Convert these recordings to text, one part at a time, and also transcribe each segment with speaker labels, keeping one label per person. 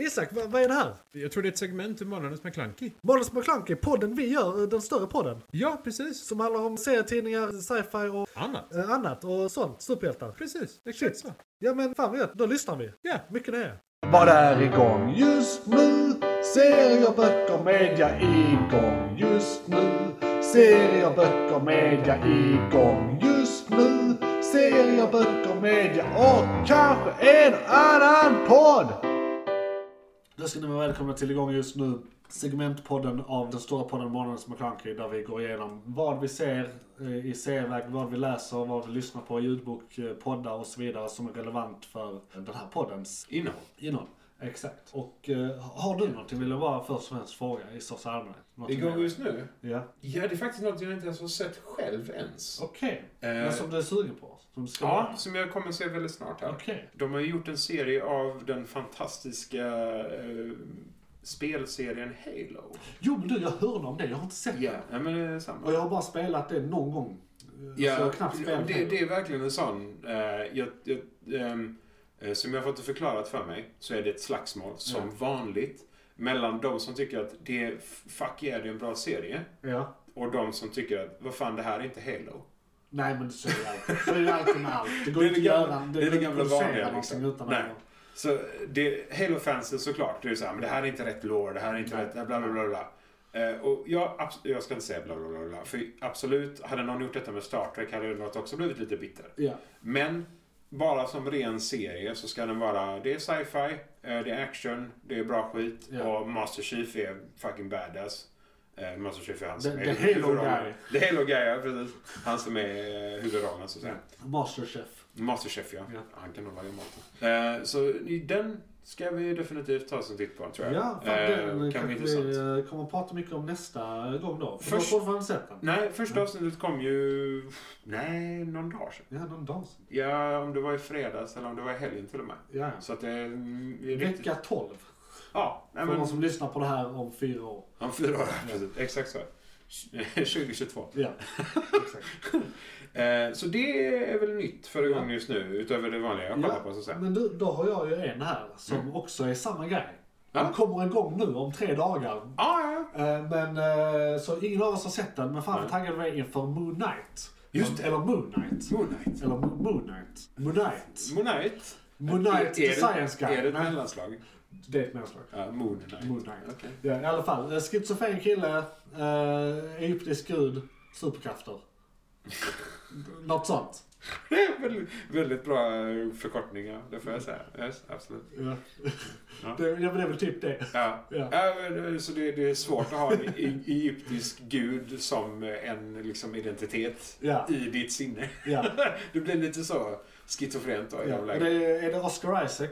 Speaker 1: Isak, vad, vad är det här?
Speaker 2: Jag tror det är ett segment ur Månadens McKlunky.
Speaker 1: Måns McClunky, podden vi gör, eh, den större podden.
Speaker 2: Ja, precis.
Speaker 1: Som handlar om serietidningar, sci-fi och
Speaker 2: Annat.
Speaker 1: eh, annat och sånt. Superhjältar.
Speaker 2: Precis, exakt så.
Speaker 1: Ja men fan vad gött, då lyssnar vi.
Speaker 2: Ja.
Speaker 1: Mycket det är.
Speaker 3: Vad är igång just nu? Serier, böcker, media igång just nu. Serier, böcker, media igång just nu. Serier, böcker, media och kanske en annan podd. Då ska ni vara välkomna till igång just nu. Segmentpodden av den stora podden Månadens McKlunky där vi går igenom vad vi ser eh, i serieväg, vad vi läser, vad vi lyssnar på, ljudbok, eh, poddar och så vidare som är relevant för den här poddens
Speaker 2: Innehåll.
Speaker 3: Inom. Exakt. Och eh, har du någonting vill jag bara först och främst fråga i största allmänhet? Någonting
Speaker 4: Igång
Speaker 3: mer?
Speaker 4: just nu?
Speaker 3: Ja.
Speaker 4: Ja, det är faktiskt något jag inte ens har sett själv ens.
Speaker 3: Okej.
Speaker 4: Eh,
Speaker 3: Men som du är sugen på? Som du ska
Speaker 4: Ja, som jag kommer se väldigt snart här.
Speaker 3: göra? Okej.
Speaker 4: De har ju gjort en serie av den fantastiska eh, spelserien Halo.
Speaker 3: Jo men du, jag hörde om det. Jag har inte sett
Speaker 4: Ja, ja, men det är samma.
Speaker 3: det. Och jag har bara spelat det någon gång. Eh, Så jag har knappt spelat
Speaker 4: det, det är verkligen en sån. eh, jag, jag, ehm, eh, som jag har fått det förklarat för mig så är det ett slagsmål som vanligt mellan de som tycker att det är, fuck yeah, det är en bra serie
Speaker 3: Ja.
Speaker 4: och de som tycker att vad fan, det här är inte Halo.
Speaker 3: Nej men så är det alltid. Så är det alltid med allt. Det går
Speaker 4: Det är
Speaker 3: inte att
Speaker 4: det gamla-
Speaker 3: göra.
Speaker 4: det är
Speaker 3: går
Speaker 4: det
Speaker 3: inte
Speaker 4: gamla
Speaker 3: att producera
Speaker 4: vanliga,
Speaker 3: någonting
Speaker 4: liksom.
Speaker 3: Utan
Speaker 4: Nej.
Speaker 3: att-
Speaker 4: Så det, Halo-fansen såklart, det är ju såhär, men det här är inte rätt lore, det här är inte
Speaker 3: Nej.
Speaker 4: rätt, bla bla bla bla. Eh, och jag, abs- jag ska inte säga bla bla bla bla, för absolut, hade någon gjort detta med Star Trek hade något också blivit lite bitter.
Speaker 3: Ja.
Speaker 4: Men bara som ren serie så ska den vara, det är sci-fi, eh, det är action, det är bra skit
Speaker 3: Ja.
Speaker 4: och Master Chief är fucking badass. Eh, Master Chief är han som
Speaker 3: The-
Speaker 4: är
Speaker 3: the Halo
Speaker 4: huvudrollen.
Speaker 3: guy.
Speaker 4: The Halo Guy, ja, precis. Han som är eh, huvudrollen så att säga.
Speaker 3: Masterchef.
Speaker 4: Masterchef ja.
Speaker 3: Ja.
Speaker 4: Han kan nog laga maten. Eh, så i- den ska vi definitivt ta oss en titt på tror jag.
Speaker 3: Ja, fan,
Speaker 4: Eh,
Speaker 3: den
Speaker 4: kan
Speaker 3: kan
Speaker 4: bli
Speaker 3: vi
Speaker 4: intressant.
Speaker 3: eh, kommer att prata mycket om nästa gång då. För
Speaker 4: Först-
Speaker 3: Först... då får vi sett den.
Speaker 4: Nej, första avsnittet kom ju... Nej, någon dag sedan.
Speaker 3: Ja, någon dag sedan.
Speaker 4: Ja, om det var i fredags eller om det var i helgen till och med.
Speaker 3: Ja, ja.
Speaker 4: Så att det är mm, det är riktigt...
Speaker 3: Vecka 12.
Speaker 4: Ja, nej,
Speaker 3: För de
Speaker 4: men...
Speaker 3: som lyssnar på det här om fyra år.
Speaker 4: Om fyra år, precis. Exakt så. 2022.
Speaker 3: Ja, exakt.
Speaker 4: Eh, så det är väl nytt för igång just nu, utöver det vanliga jag kollar på så att säga.
Speaker 3: men du, då har jag ju en här som också är samma grej.
Speaker 4: Ja.
Speaker 3: Den kommer igång nu om tre dagar.
Speaker 4: Ah, ja, ja.
Speaker 3: Eh, Men, eh, så ingen av oss har sett den, men fan
Speaker 4: Nej.
Speaker 3: vad taggade vi är inför Moon Knight.
Speaker 4: Just det.
Speaker 3: Eller Moon Knight.
Speaker 4: Moon Knight.
Speaker 3: Eller Mo- Moon Knight. Moon Knight.
Speaker 4: Moon Knight.
Speaker 3: Moon Knight
Speaker 4: Är
Speaker 3: the
Speaker 4: det-
Speaker 3: Science Guy.
Speaker 4: Är det ett
Speaker 3: Nej,
Speaker 4: mellanslag?
Speaker 3: det är ett människa.
Speaker 4: Ja, Moon Knight.
Speaker 3: Moon Knight.
Speaker 4: Okej.
Speaker 3: Ja, I alla fall, eh, schizofren kille, eh, egyptisk gud, superkrafter. Något sånt.
Speaker 4: väldigt, väldigt bra förkortningar, det får jag säga. Yes, absolut.
Speaker 3: Ja.
Speaker 4: Ja.
Speaker 3: Det, ja, men det är väl typ det.
Speaker 4: Ja.
Speaker 3: Ja.
Speaker 4: Ja, men, eh, så det, det är svårt att ha en e- egyptisk gud som en liksom, identitet
Speaker 3: Ja.
Speaker 4: i ditt sinne.
Speaker 3: Ja.
Speaker 4: Det blir lite så schizofrent då i
Speaker 3: Ja,
Speaker 4: de
Speaker 3: och
Speaker 4: lägena.
Speaker 3: det, är det Oscar Isaac?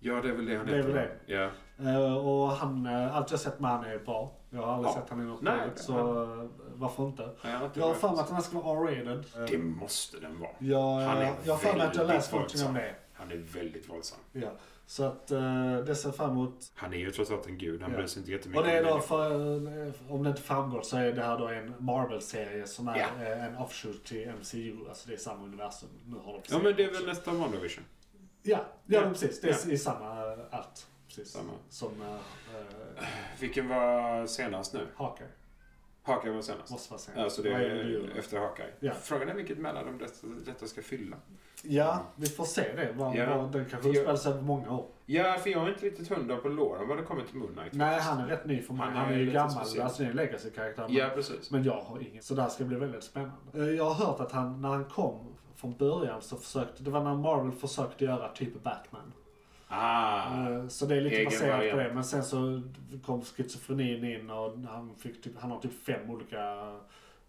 Speaker 4: Ja, det är väl det han
Speaker 3: Det är
Speaker 4: heter.
Speaker 3: väl det.
Speaker 4: Ja.
Speaker 3: Eh, och han, eh, allt jag sett med han är bra. Jag har aldrig
Speaker 4: Ja.
Speaker 3: sett han i något
Speaker 4: Nej,
Speaker 3: annat,
Speaker 4: det-
Speaker 3: så eh, varför inte?
Speaker 4: Ja, jag har inte
Speaker 3: Jag har
Speaker 4: varit-
Speaker 3: för mig att han ska vara R-rated. Eh,
Speaker 4: Det måste den vara.
Speaker 3: Jag
Speaker 4: Han är
Speaker 3: eh, jag har för mig att jag
Speaker 4: väldigt
Speaker 3: läst någonting om
Speaker 4: våldsam.
Speaker 3: det.
Speaker 4: Han är väldigt våldsam.
Speaker 3: Ja. Så att eh, det ser jag fram emot.
Speaker 4: Han är ju trots allt en gud, han
Speaker 3: Ja.
Speaker 4: bryr sig inte jättemycket
Speaker 3: Och det är
Speaker 4: om
Speaker 3: då,
Speaker 4: det.
Speaker 3: för, eh, om det inte framgår, så är det här då en Marvel-serie som är
Speaker 4: Ja.
Speaker 3: eh, en offshoot till MCU. Alltså det är samma universum. Nu har de
Speaker 4: Ja, men det är väl nästa WandaVision.
Speaker 3: Ja, ja,
Speaker 4: Ja.
Speaker 3: men precis. Det är
Speaker 4: Ja.
Speaker 3: i samma eh, allt. Precis.
Speaker 4: Samma.
Speaker 3: Som eh, eh,
Speaker 4: Vilken var senast nu?
Speaker 3: Hawkeye.
Speaker 4: Hawkeye var senast.
Speaker 3: Måste vara sen.
Speaker 4: Ja, så Alltså, det
Speaker 3: Vad det du
Speaker 4: är
Speaker 3: gör?
Speaker 4: efter Hawkeye.
Speaker 3: Ja.
Speaker 4: Frågan är vilket mellanrum detta, detta ska fylla.
Speaker 3: Ja, vi får se det. Vad,
Speaker 4: Ja.
Speaker 3: vad, den kanske utspelar sig över många år.
Speaker 4: Ja, för jag är inte riktigt hundra på lore om vad det kommer till Moon Knight.
Speaker 3: Nej, han är rätt ny för mig. Han, är ju
Speaker 4: lite
Speaker 3: gammal.
Speaker 4: speciell.
Speaker 3: Alltså det är en legacy-karaktär. men-
Speaker 4: Ja, precis.
Speaker 3: Men jag har ingen. Så det här ska bli väldigt spännande. Eh, Jag har hört att han, när han kom från början så försökte, det var när Marvel försökte göra typ Batman.
Speaker 4: Ah,
Speaker 3: Eh, Så det är lite
Speaker 4: Egen
Speaker 3: baserat på
Speaker 4: variant.
Speaker 3: det. Men sen så kom schizofrenin in och han, fick typ, han har typ fem olika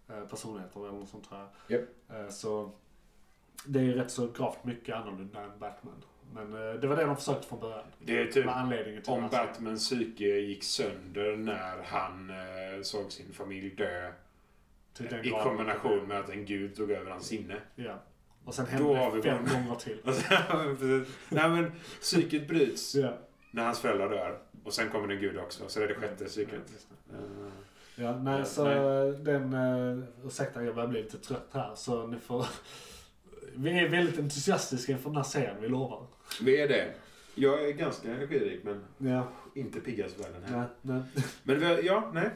Speaker 3: eh, personligheter eller något sånt här.
Speaker 4: Japp.
Speaker 3: Eh, Så det är ju rätt så gravt mycket annorlunda än Batman. Men eh, det var det de försökte från början.
Speaker 4: det är typ
Speaker 3: Med anledningen till
Speaker 4: om
Speaker 3: den här serien.
Speaker 4: Batmans psyke gick sönder när han eh, såg sin familj dö
Speaker 3: Till den
Speaker 4: i
Speaker 3: graden.
Speaker 4: kombination med att en gud tog över hans sinne.
Speaker 3: Ja. Och sen
Speaker 4: Då har
Speaker 3: hände
Speaker 4: vi
Speaker 3: det fem
Speaker 4: vår-
Speaker 3: gånger till.
Speaker 4: Alltså, precis. Nej men, psyket bryts
Speaker 3: Ja.
Speaker 4: när hans föräldrar dör. Och sen kommer det en gud också, så det är det sjätte
Speaker 3: Ja,
Speaker 4: psyket.
Speaker 3: just det.
Speaker 4: Eh,
Speaker 3: Ja, nej,
Speaker 4: Ja,
Speaker 3: så
Speaker 4: nej.
Speaker 3: den... eh, Ursäkta, jag börjar bli lite trött här. Så ni får... Vi är väldigt entusiastiska inför den här serien, vi lovar.
Speaker 4: Vi är det. Jag är ganska energirik men
Speaker 3: Ja,
Speaker 4: inte piggast i världen här.
Speaker 3: nej, nej.
Speaker 4: Men vi- ja, nej.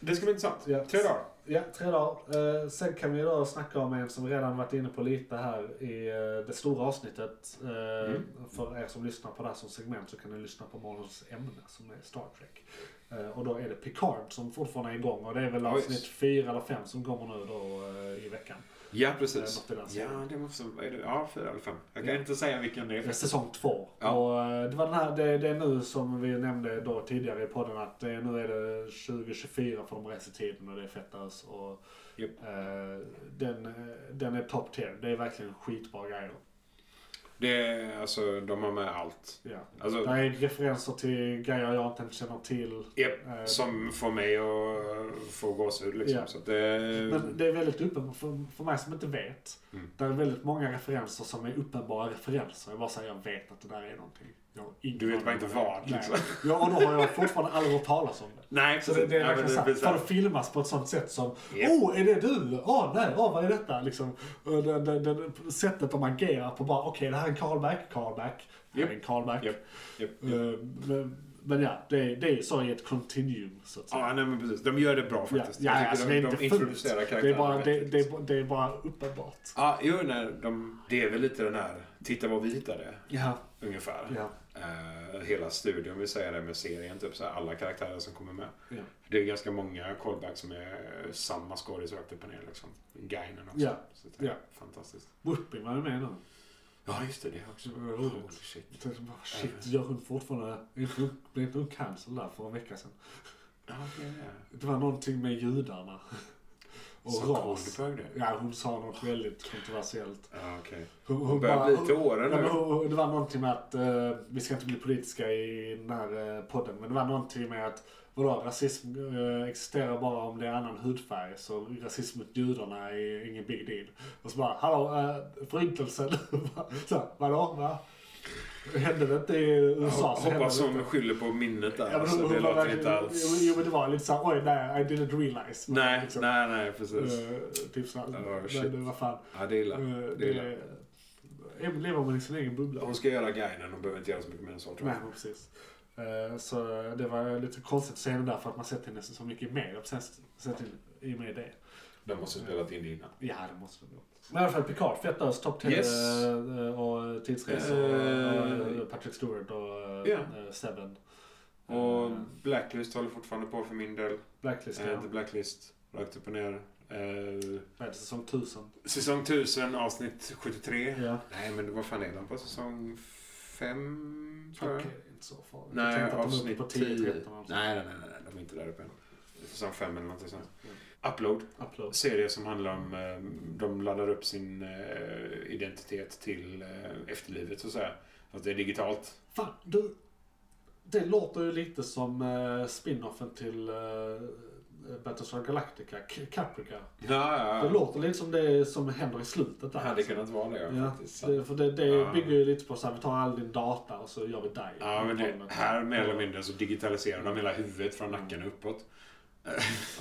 Speaker 4: Det ska bli intressant.
Speaker 3: Ja.
Speaker 4: Tre dagar.
Speaker 3: Ja, tre dagar. Eh, sen kan vi då snacka om en som vi redan varit inne på lite här i eh, det stora avsnittet. Eh,
Speaker 4: Mm.
Speaker 3: För er som lyssnar på det här som segment så kan ni lyssna på morgonens ämne som är Star Trek. Eh, och då är det Picard som fortfarande är igång och det är väl
Speaker 4: Ja, just.
Speaker 3: avsnitt fyra eller fem som kommer nu då eh, i veckan.
Speaker 4: Ja,
Speaker 3: Eh,
Speaker 4: precis.
Speaker 3: något i den
Speaker 4: Ja,
Speaker 3: stilen.
Speaker 4: det måste, vad är det? ja, fyra eller fem. Jag kan
Speaker 3: Ja.
Speaker 4: inte säga vilken det är.
Speaker 3: Det är säsong två.
Speaker 4: Ja.
Speaker 3: Och eh, det, var den här, det, det är nu som vi nämnde då tidigare i podden att det, nu är det 2024 för de reser tiden och det är fett ös. Och,
Speaker 4: Japp.
Speaker 3: eh, den, eh, den är top tier. Det är verkligen skitbra grejer.
Speaker 4: Det är, alltså, de har med allt.
Speaker 3: Ja.
Speaker 4: Alltså,
Speaker 3: Det är referenser till grejer jag inte känner till. Eh,
Speaker 4: japp, som får mig att få gåshud liksom.
Speaker 3: Ja.
Speaker 4: Så att det,
Speaker 3: Men det är väldigt uppenbart för, för mig som inte vet.
Speaker 4: Mm.
Speaker 3: Det är väldigt många referenser som är uppenbara referenser. Jag bara säger jag vet att det där är någonting. Jag har ingen
Speaker 4: Du vet bara
Speaker 3: aning
Speaker 4: inte
Speaker 3: om
Speaker 4: vad,
Speaker 3: det.
Speaker 4: liksom.
Speaker 3: Nej. Ja, och då har jag fortfarande aldrig hört talas om det.
Speaker 4: nej,
Speaker 3: Så det, det är
Speaker 4: Ja, men
Speaker 3: verkligen
Speaker 4: det
Speaker 3: så här,
Speaker 4: blir så här-
Speaker 3: för att filmas på ett sånt sätt som
Speaker 4: Japp.
Speaker 3: Åh, är det du? Åh, nej, åh, vad är detta? Liksom, och det, det, det, sättet de agerar på bara, okej, det här är en callback, callback, det här är en callback.
Speaker 4: Japp, japp, japp.
Speaker 3: Eh, men, men ja, det, det är så i ett continuum, så att säga.
Speaker 4: Ja, nej men precis. De gör det bra
Speaker 3: ja,
Speaker 4: faktiskt.
Speaker 3: ja,
Speaker 4: Jag tycker
Speaker 3: alltså,
Speaker 4: de,
Speaker 3: det är
Speaker 4: de
Speaker 3: inte fult.
Speaker 4: introducerar karaktärerna
Speaker 3: Det är, bara, det,
Speaker 4: vettigt.
Speaker 3: det, är, det är bara uppenbart.
Speaker 4: Ja, jo, nej, de, det är väl lite den här, titta vad vi hittade,
Speaker 3: Ja,
Speaker 4: ungefär.
Speaker 3: ja,
Speaker 4: Eh, hela studion vill säga det med serien, typ så här, alla karaktärer som kommer med.
Speaker 3: ja.
Speaker 4: Det är ganska många callbacks som är eh, samma skådis rakt upp och ner. Liksom. Gainen också.
Speaker 3: Ja.
Speaker 4: Så det är
Speaker 3: Ja.
Speaker 4: Fantastiskt.
Speaker 3: Whoopi var ju med nu.
Speaker 4: Ja, just det. Det är också
Speaker 3: Mm.
Speaker 4: roligt. Shit.
Speaker 3: Jag tänkte bara, Shit, gör hon fortfarande... Blev inte hon cancel där för en vecka sedan?
Speaker 4: Ja, det är det.
Speaker 3: Det var någonting med judarna. Och
Speaker 4: Så
Speaker 3: ras.
Speaker 4: Goldberg det.
Speaker 3: Ja, hon sa något väldigt kontroversiellt.
Speaker 4: Ja, okej.
Speaker 3: Hon, hon
Speaker 4: Hon börjar
Speaker 3: bara-
Speaker 4: bli till åren
Speaker 3: Ja, men
Speaker 4: nu.
Speaker 3: hon- hon- det var någonting med att, eh, vi ska inte bli politiska i den här eh, podden, men det var någonting med att vadå, rasism eh, existerar bara om det är annan hudfärg, så rasism mot judarna är ingen big deal. Och så bara, hallå, eh, förintelsen, så, här, vadå, va? Hände det inte i USA så hände
Speaker 4: Hoppas
Speaker 3: det inte.
Speaker 4: hon skyller på minnet där.
Speaker 3: Ja, men
Speaker 4: alltså,
Speaker 3: hon-
Speaker 4: det
Speaker 3: hon var
Speaker 4: låter inte
Speaker 3: verkligen- jo,
Speaker 4: alls...
Speaker 3: jo, men det var lite såhär, oj nej, I didn't realize. Men
Speaker 4: Nej,
Speaker 3: liksom,
Speaker 4: nej, nej, precis.
Speaker 3: eh, typ såhär,
Speaker 4: Oh, shit.
Speaker 3: men vad fan.
Speaker 4: Ja, det är illa.
Speaker 3: Eh,
Speaker 4: Det är
Speaker 3: det
Speaker 4: illa.
Speaker 3: är- eh, lever man i sin egen bubbla.
Speaker 4: Hon ska göra Gainen. Hon behöver inte göra så mycket mer än så, tror
Speaker 3: Nej,
Speaker 4: jag.
Speaker 3: men precis. Eh, Så det var lite konstigt att säga det där för att man sett henne så mycket mer. Jag har sett- sett henne i och med det.
Speaker 4: De måste ha spelat in det innan.
Speaker 3: Ja, det måste det nog. Men i alla fall Picard, fett ös, topp 10
Speaker 4: Yes.
Speaker 3: eh, och tidsresor och
Speaker 4: Eh,
Speaker 3: eh, Patrick Stewart och
Speaker 4: ja.
Speaker 3: yeah. Seven.
Speaker 4: Och
Speaker 3: Eh,
Speaker 4: Blacklist håller fortfarande på för min del.
Speaker 3: Blacklist,
Speaker 4: Eh,
Speaker 3: ja.
Speaker 4: The Blacklist. Rakt upp och ner. Eh,
Speaker 3: Vad är det, säsong 1000?
Speaker 4: Säsong 1000 avsnitt 73.
Speaker 3: Ja.
Speaker 4: Nej men vad fan är den på? Säsong 5 tror
Speaker 3: Okej,
Speaker 4: jag?
Speaker 3: inte så farligt. jag
Speaker 4: Nej,
Speaker 3: tänkte att de är
Speaker 4: avsnitt
Speaker 3: uppe på alltså.
Speaker 4: 10.
Speaker 3: 10-13
Speaker 4: Nej,
Speaker 3: eller
Speaker 4: nej, nej, nej, nej, de är inte där uppe än. Säsong 5 eller någonting sånt. Upload.
Speaker 3: något. Upload.
Speaker 4: Serie som handlar om, eh, de laddar upp sin eh, identitet till eh, efterlivet så att säga. Fast det är digitalt.
Speaker 3: Fan, du. Det låter ju lite som eh, spin-offen till eh, Battlestar Galactica, K- Caprica.
Speaker 4: Ja,
Speaker 3: Det
Speaker 4: ja.
Speaker 3: låter lite som det som händer i slutet
Speaker 4: Det
Speaker 3: där.
Speaker 4: hade kunnat vara det ja,
Speaker 3: ja,
Speaker 4: faktiskt.
Speaker 3: det, för det, det
Speaker 4: Ja.
Speaker 3: bygger ju lite på så här, vi tar all din data och så gör vi dig.
Speaker 4: Ja, men det, här mer eller mindre så digitaliserar de hela huvudet från nacken och uppåt.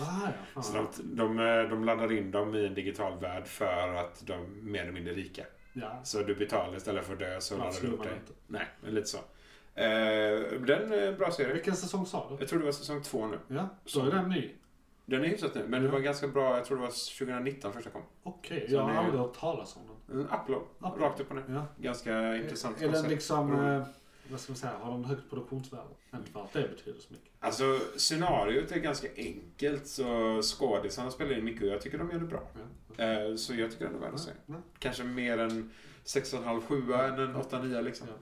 Speaker 3: Ah, ja,
Speaker 4: Så
Speaker 3: fan.
Speaker 4: de, de, eh, de laddar in dem i en digital värld för att de är mer eller mindre rika.
Speaker 3: ja.
Speaker 4: Så du betalar istället för att dö så
Speaker 3: Varför
Speaker 4: laddar du
Speaker 3: skulle
Speaker 4: upp
Speaker 3: man
Speaker 4: dig.
Speaker 3: inte?
Speaker 4: Nej, men lite så. Eh, den är en bra serie.
Speaker 3: Vilken säsong sa du?
Speaker 4: Jag tror det var säsong två nu.
Speaker 3: Ja, då är den ny.
Speaker 4: Den är hyfsat nu, men det var ganska bra. Jag tror det var 2019 första kom.
Speaker 3: Okej,
Speaker 4: Så
Speaker 3: jag har
Speaker 4: den är-
Speaker 3: aldrig hört talas om den.
Speaker 4: En upload.
Speaker 3: Upload.
Speaker 4: Rakt upp och ner.
Speaker 3: Ja.
Speaker 4: Ganska
Speaker 3: Eh,
Speaker 4: intressant
Speaker 3: Är den
Speaker 4: koncept.
Speaker 3: liksom,
Speaker 4: Mm.
Speaker 3: eh, vad ska man säga, har den högt produktionsvärde? Inte för att det betyder så mycket.
Speaker 4: Alltså, scenariot är ganska enkelt. Så skådisarna spelar in mycket och jag tycker de gör det bra.
Speaker 3: Ja.
Speaker 4: Eh, så jag tycker den är värd att se.
Speaker 3: Ja.
Speaker 4: Kanske mer än 6,5-7 än en 8-9 liksom.
Speaker 3: Ja.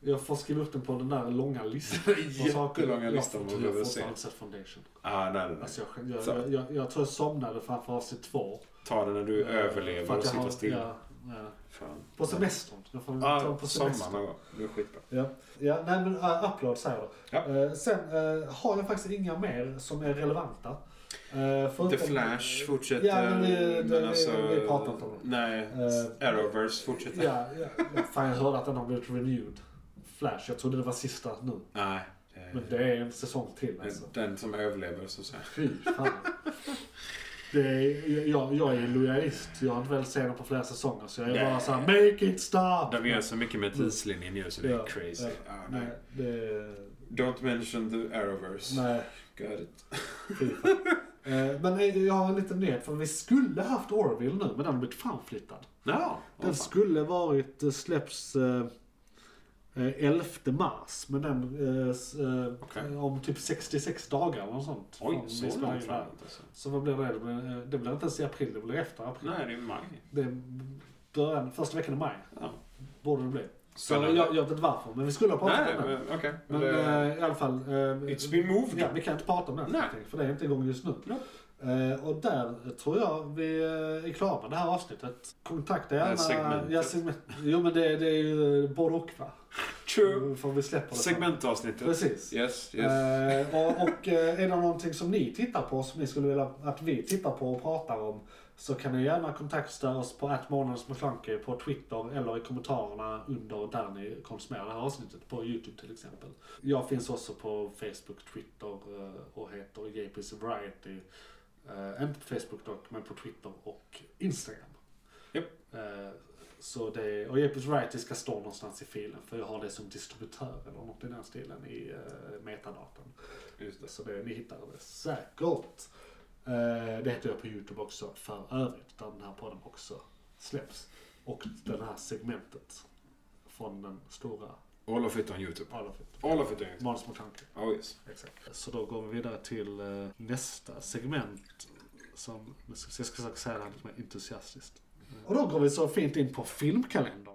Speaker 3: Jag får skriva upp den på den där långa listan. på saker
Speaker 4: Jättelånga listan man
Speaker 3: Jag har
Speaker 4: behöver se.
Speaker 3: fortfarande inte sett Foundation.
Speaker 4: Ah, nej, nej, nej.
Speaker 3: Alltså jag, jag, jag, jag, jag tror jag somnade framför avsnitt två.
Speaker 4: Ta den när du
Speaker 3: Eh, för
Speaker 4: överlever
Speaker 3: att
Speaker 4: och
Speaker 3: jag
Speaker 4: sitter
Speaker 3: har-
Speaker 4: still.
Speaker 3: Ja, ja.
Speaker 4: Fan.
Speaker 3: På semestern. Jag får
Speaker 4: Ja,
Speaker 3: ta den på
Speaker 4: sommaren
Speaker 3: semestern.
Speaker 4: någon gång. Det är skitbra.
Speaker 3: Ja. ja, nej men uh, upload säger du.
Speaker 4: Ja.
Speaker 3: Eh, sen eh, har jag faktiskt inga mer som är relevanta. Eh, förutom-
Speaker 4: The Flash fortsätter. alltså-
Speaker 3: Ja, men det- det- vi pratar inte om det.
Speaker 4: Nej,
Speaker 3: Eh,
Speaker 4: Arrowverse fortsätter.
Speaker 3: Ja, ja. Fan jag hörde att den har blivit renewed. Flash, jag trodde det var sista nu.
Speaker 4: Nej. eh,
Speaker 3: Men det är en säsong till alltså.
Speaker 4: Den som överlever så att säga.
Speaker 3: Fy fan. Det är, jag, jag är lojalist. Jag har inte velat se dem på flera säsonger. Så jag är
Speaker 4: Nej.
Speaker 3: bara såhär, make it stop!
Speaker 4: De gör så mycket med tidslinjen nu så det är crazy.
Speaker 3: Ja,
Speaker 4: Ah, nej.
Speaker 3: nej, det,
Speaker 4: Don't mention the Arrowverse.
Speaker 3: nej.
Speaker 4: Got it.
Speaker 3: fy fan. Eh, Men eh, jag har en liten nyhet. För vi skulle haft Orville nu, men den har blivit framflyttad.
Speaker 4: Ja,
Speaker 3: Den skulle varit, eh, släpps eh, eh, 11 mars. Men den, eh, s- eh,
Speaker 4: Okej.
Speaker 3: om typ 66 dagar eller något sånt.
Speaker 4: Oj,
Speaker 3: Om vi
Speaker 4: så
Speaker 3: spelar
Speaker 4: långt
Speaker 3: in här.
Speaker 4: framåt alltså.
Speaker 3: Så vad blir det? Det blir, eh, det blir inte ens i april, det blir efter april.
Speaker 4: Nej, det är maj.
Speaker 3: Det är början, första veckan i maj.
Speaker 4: Ja.
Speaker 3: Borde det bli. Så jag,
Speaker 4: Spännande.
Speaker 3: jag vet inte varför, men vi skulle ha pratat
Speaker 4: Nej,
Speaker 3: om det.
Speaker 4: men okej.
Speaker 3: Men
Speaker 4: Det-
Speaker 3: eh, i alla fall. eh,
Speaker 4: It's been moved.
Speaker 3: ja, vi kan inte prata om det,
Speaker 4: Nej.
Speaker 3: för det är inte igång just nu.
Speaker 4: Ja.
Speaker 3: Eh, och där tror jag vi eh, är klara med det här avsnittet. Kontakta
Speaker 4: Det här
Speaker 3: gärna...
Speaker 4: segmentet.
Speaker 3: Ja, segment. Jo men det, det är ju både och va?
Speaker 4: True.
Speaker 3: För vi släpper det.
Speaker 4: Segmentavsnittet.
Speaker 3: Mm. Precis.
Speaker 4: Yes, yes.
Speaker 3: Eh, och och eh, är det någonting som ni tittar på som ni skulle vilja att vi tittar på och pratar om så kan ni gärna kontakta oss på attmånadsmclunky på Twitter eller i kommentarerna under där ni konsumerar det här avsnittet på YouTube till exempel. Jag finns också på Facebook, Twitter eh, och heter JPC Variety. Eh, inte på Facebook dock, men på Twitter och Instagram.
Speaker 4: Japp.
Speaker 3: Eh, så det, och JPC Variety ska stå någonstans i filen för jag har det som distributör eller något i den stilen i eh, metadatan.
Speaker 4: Just det.
Speaker 3: Så det, ni hittar det säkert. Eh, det heter jag på YouTube också för övrigt, där den här podden också släpps. Och det här segmentet från den stora
Speaker 4: All of it on YouTube.
Speaker 3: All of it.
Speaker 4: All of it on YouTube.
Speaker 3: Manus mot tanke.
Speaker 4: Oh yes.
Speaker 3: Exakt. Så då går vi vidare till eh, nästa segment. Som, nu ska vi se, jag ska försöka säga det här lite mer entusiastiskt. Och då går vi så fint in på filmkalendern.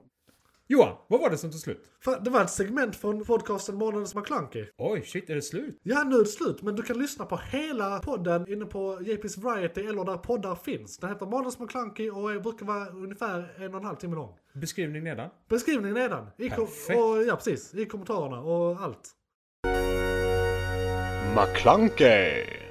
Speaker 2: Johan, vad var det som tog slut?
Speaker 1: Fan, det var ett segment från podcasten Månadens McKlunky.
Speaker 2: Oj, shit, är det slut?
Speaker 1: Ja, nu är det slut, men du kan lyssna på hela podden inne på JP's Variety eller där poddar finns. Den heter Månadens McKlunky och är- brukar vara ungefär en och en halv timme lång.
Speaker 2: Beskrivning nedan.
Speaker 1: Beskrivningen nedan. I kom-
Speaker 2: Perfekt.
Speaker 1: och, ja, precis. I kommentarerna och allt.
Speaker 5: McClunkey!